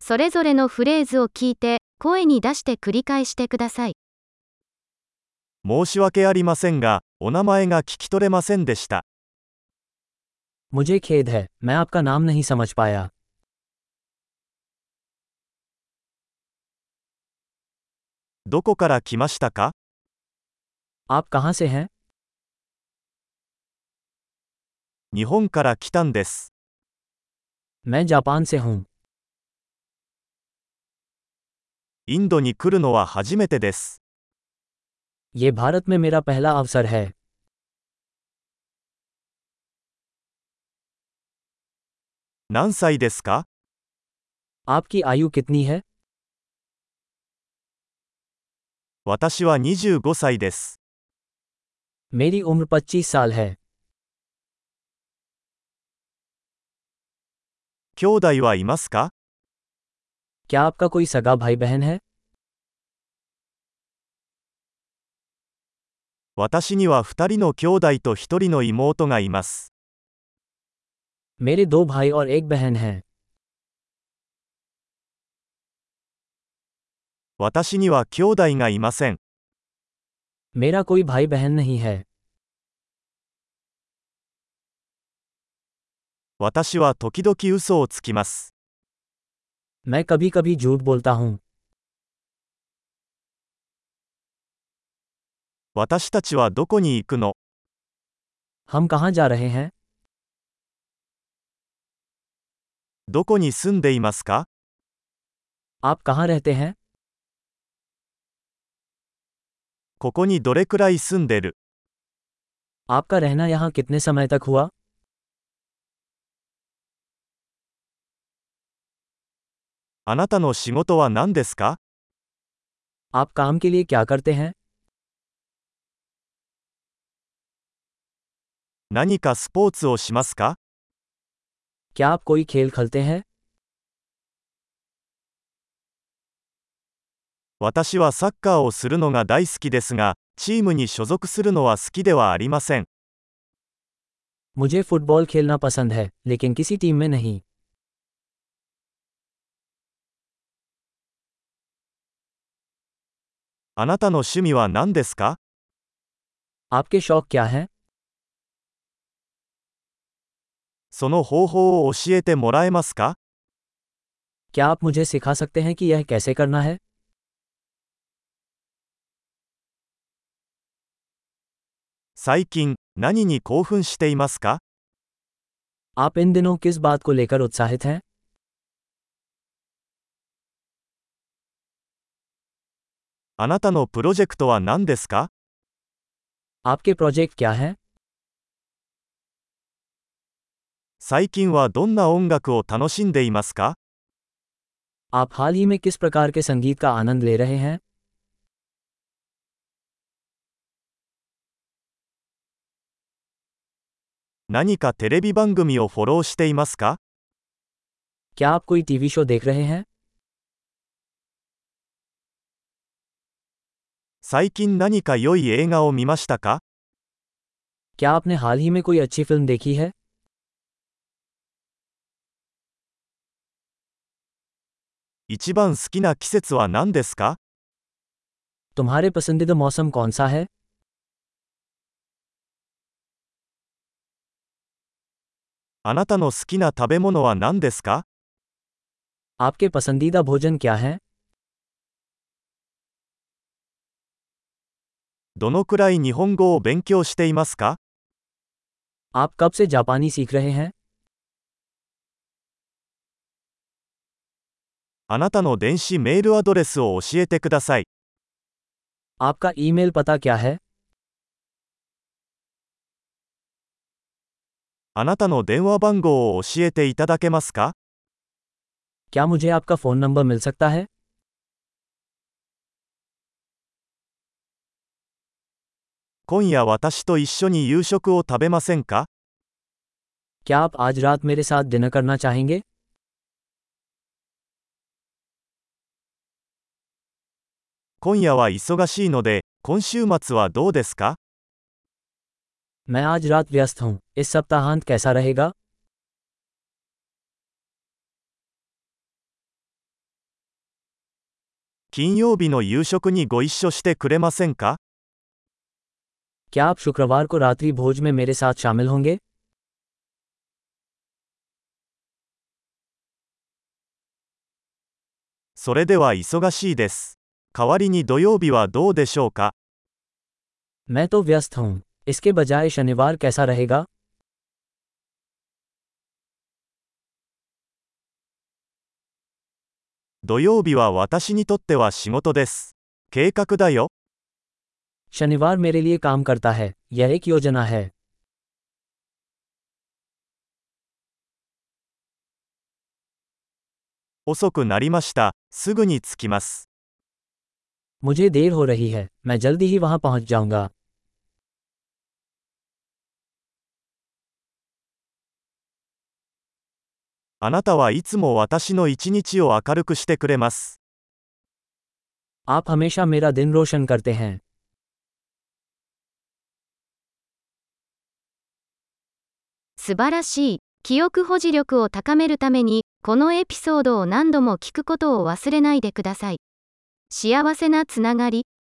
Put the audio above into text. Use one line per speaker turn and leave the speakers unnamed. それぞれのフレーズを聞いて、声に出して繰り返してください。
申し訳ありませんが、お名前が聞き取れませんでした。
मुझे खेद है मैं आपका नाम नहीं समझ पाया
どこから来ましたか
आप कहाँ से हैं
日本から来たんです。
मैं जापान से हूँ
インドに来るのは初めてです。
ये भारत में मेरा पहला अवसर है
何歳ですか
आपकी आयु कितनी है
私は25歳です。
मेरी उम्र 25 साल है
兄弟はいますか
क्या आपका कोई सगा भाई बहन है
私には2人の兄弟と1人の妹がいます。
मेरे दो भाई और एक बहन है
私には兄弟がいません。
मेरा कोई भाई बहन नहीं है
私は時々嘘をつきます。
मैं कभी कभी झूठ बोलता हूँ
私たちはどこに行くの
हम कहाँ जा रहे हैं
どこに住んでいますか
आप कहाँ रहते हैं
ここにどれくらい住んでる
आपका रहना यहाँ कितने समय तक हुआ
あなたの仕事は何ですか
आप काम के लिए क्या करते हैं
何かスポーツをしますか
क्या आप कोई खेल खेलते हैं
私はサッカーをするのが大好きですが、チームに所属するのは好きではありません。
मुझे फुटबॉल खेलना पसंद है लेकिन किसी टीम में नहीं
あなたの趣味は何ですか
आपके शौक क्या हैं
その方法を教えてもらえますか
क्या आप मुझे सिखा सकते हैं कि यह कैसे करना है
最近、何に興奮していますか
आप इन दिनों किस बात को लेकर उत्साहित हैं
あなたのプロジェクトは何ですか
आपके प्रोजेक्ट क्या हैं
最近はどんな音楽を楽しんでいますか
आप हाल ही में किस प्रकार के संगीत का आनंद ले रहे हैं
何かテレビ番組をフォローしていますか
क्या आप कोई टीवी शो देख रहे हैं
最近何か良い映画を見ましたか
क्या आपने हाल ही में कोई अच्छी फिल्म देखी है
一番好きな季節は何ですか
तुम्हारे पसंदीदा मौसम कौन सा है
あなたの好きな食べ物は何ですか
आपके पसंदीदा भोजन क्या है
どのくらい日本語を勉強していますか
आप कब से जापानी सीख रहे हैं
あなたの電子メールアドレスを教えてください。
आपका ईमेल पता क्या है
あなたの電話番号を教えていただけますか
क्या मुझे आपका फ़ोन नंबर मिल सकता है
今夜私と一緒に夕食を食べませんか
क्या आप आज रात मेरे साथ डिनर करना चाहेंगे
今夜は忙しいので、今週末はどうですか
मैं आज रात व्यस्त हूँ इस सप्ताहांत कैसा रहेगा
金曜日の夕食にご一緒してくれませんか
क्या आप शुक्रवार को रात्रि भोज में मेरे साथ शामिल होंगे
それでは忙しいです。代わりに土曜日はどうでしょうか
मैं तो व्यस्त हूँ इसके बजाय शनिवार कैसा रहेगा
土曜日は私にとっては仕事です。計画だよ。
शनिवार मेरे लिए काम करता है यह एक योजना है
遅くなりました。すぐに着きます。
मुझे देर हो रही है मैं जल्दी ही वहाँ पहुँच जाऊँगा
あなたはいつも私の一日を明るくしてくれます。
आप हमेशा मेरा दिन रोशन करते हैं
素晴らしい。記憶保持力を高めるために、このエピソードを何度も聞くことを忘れないでください。幸せなつながり。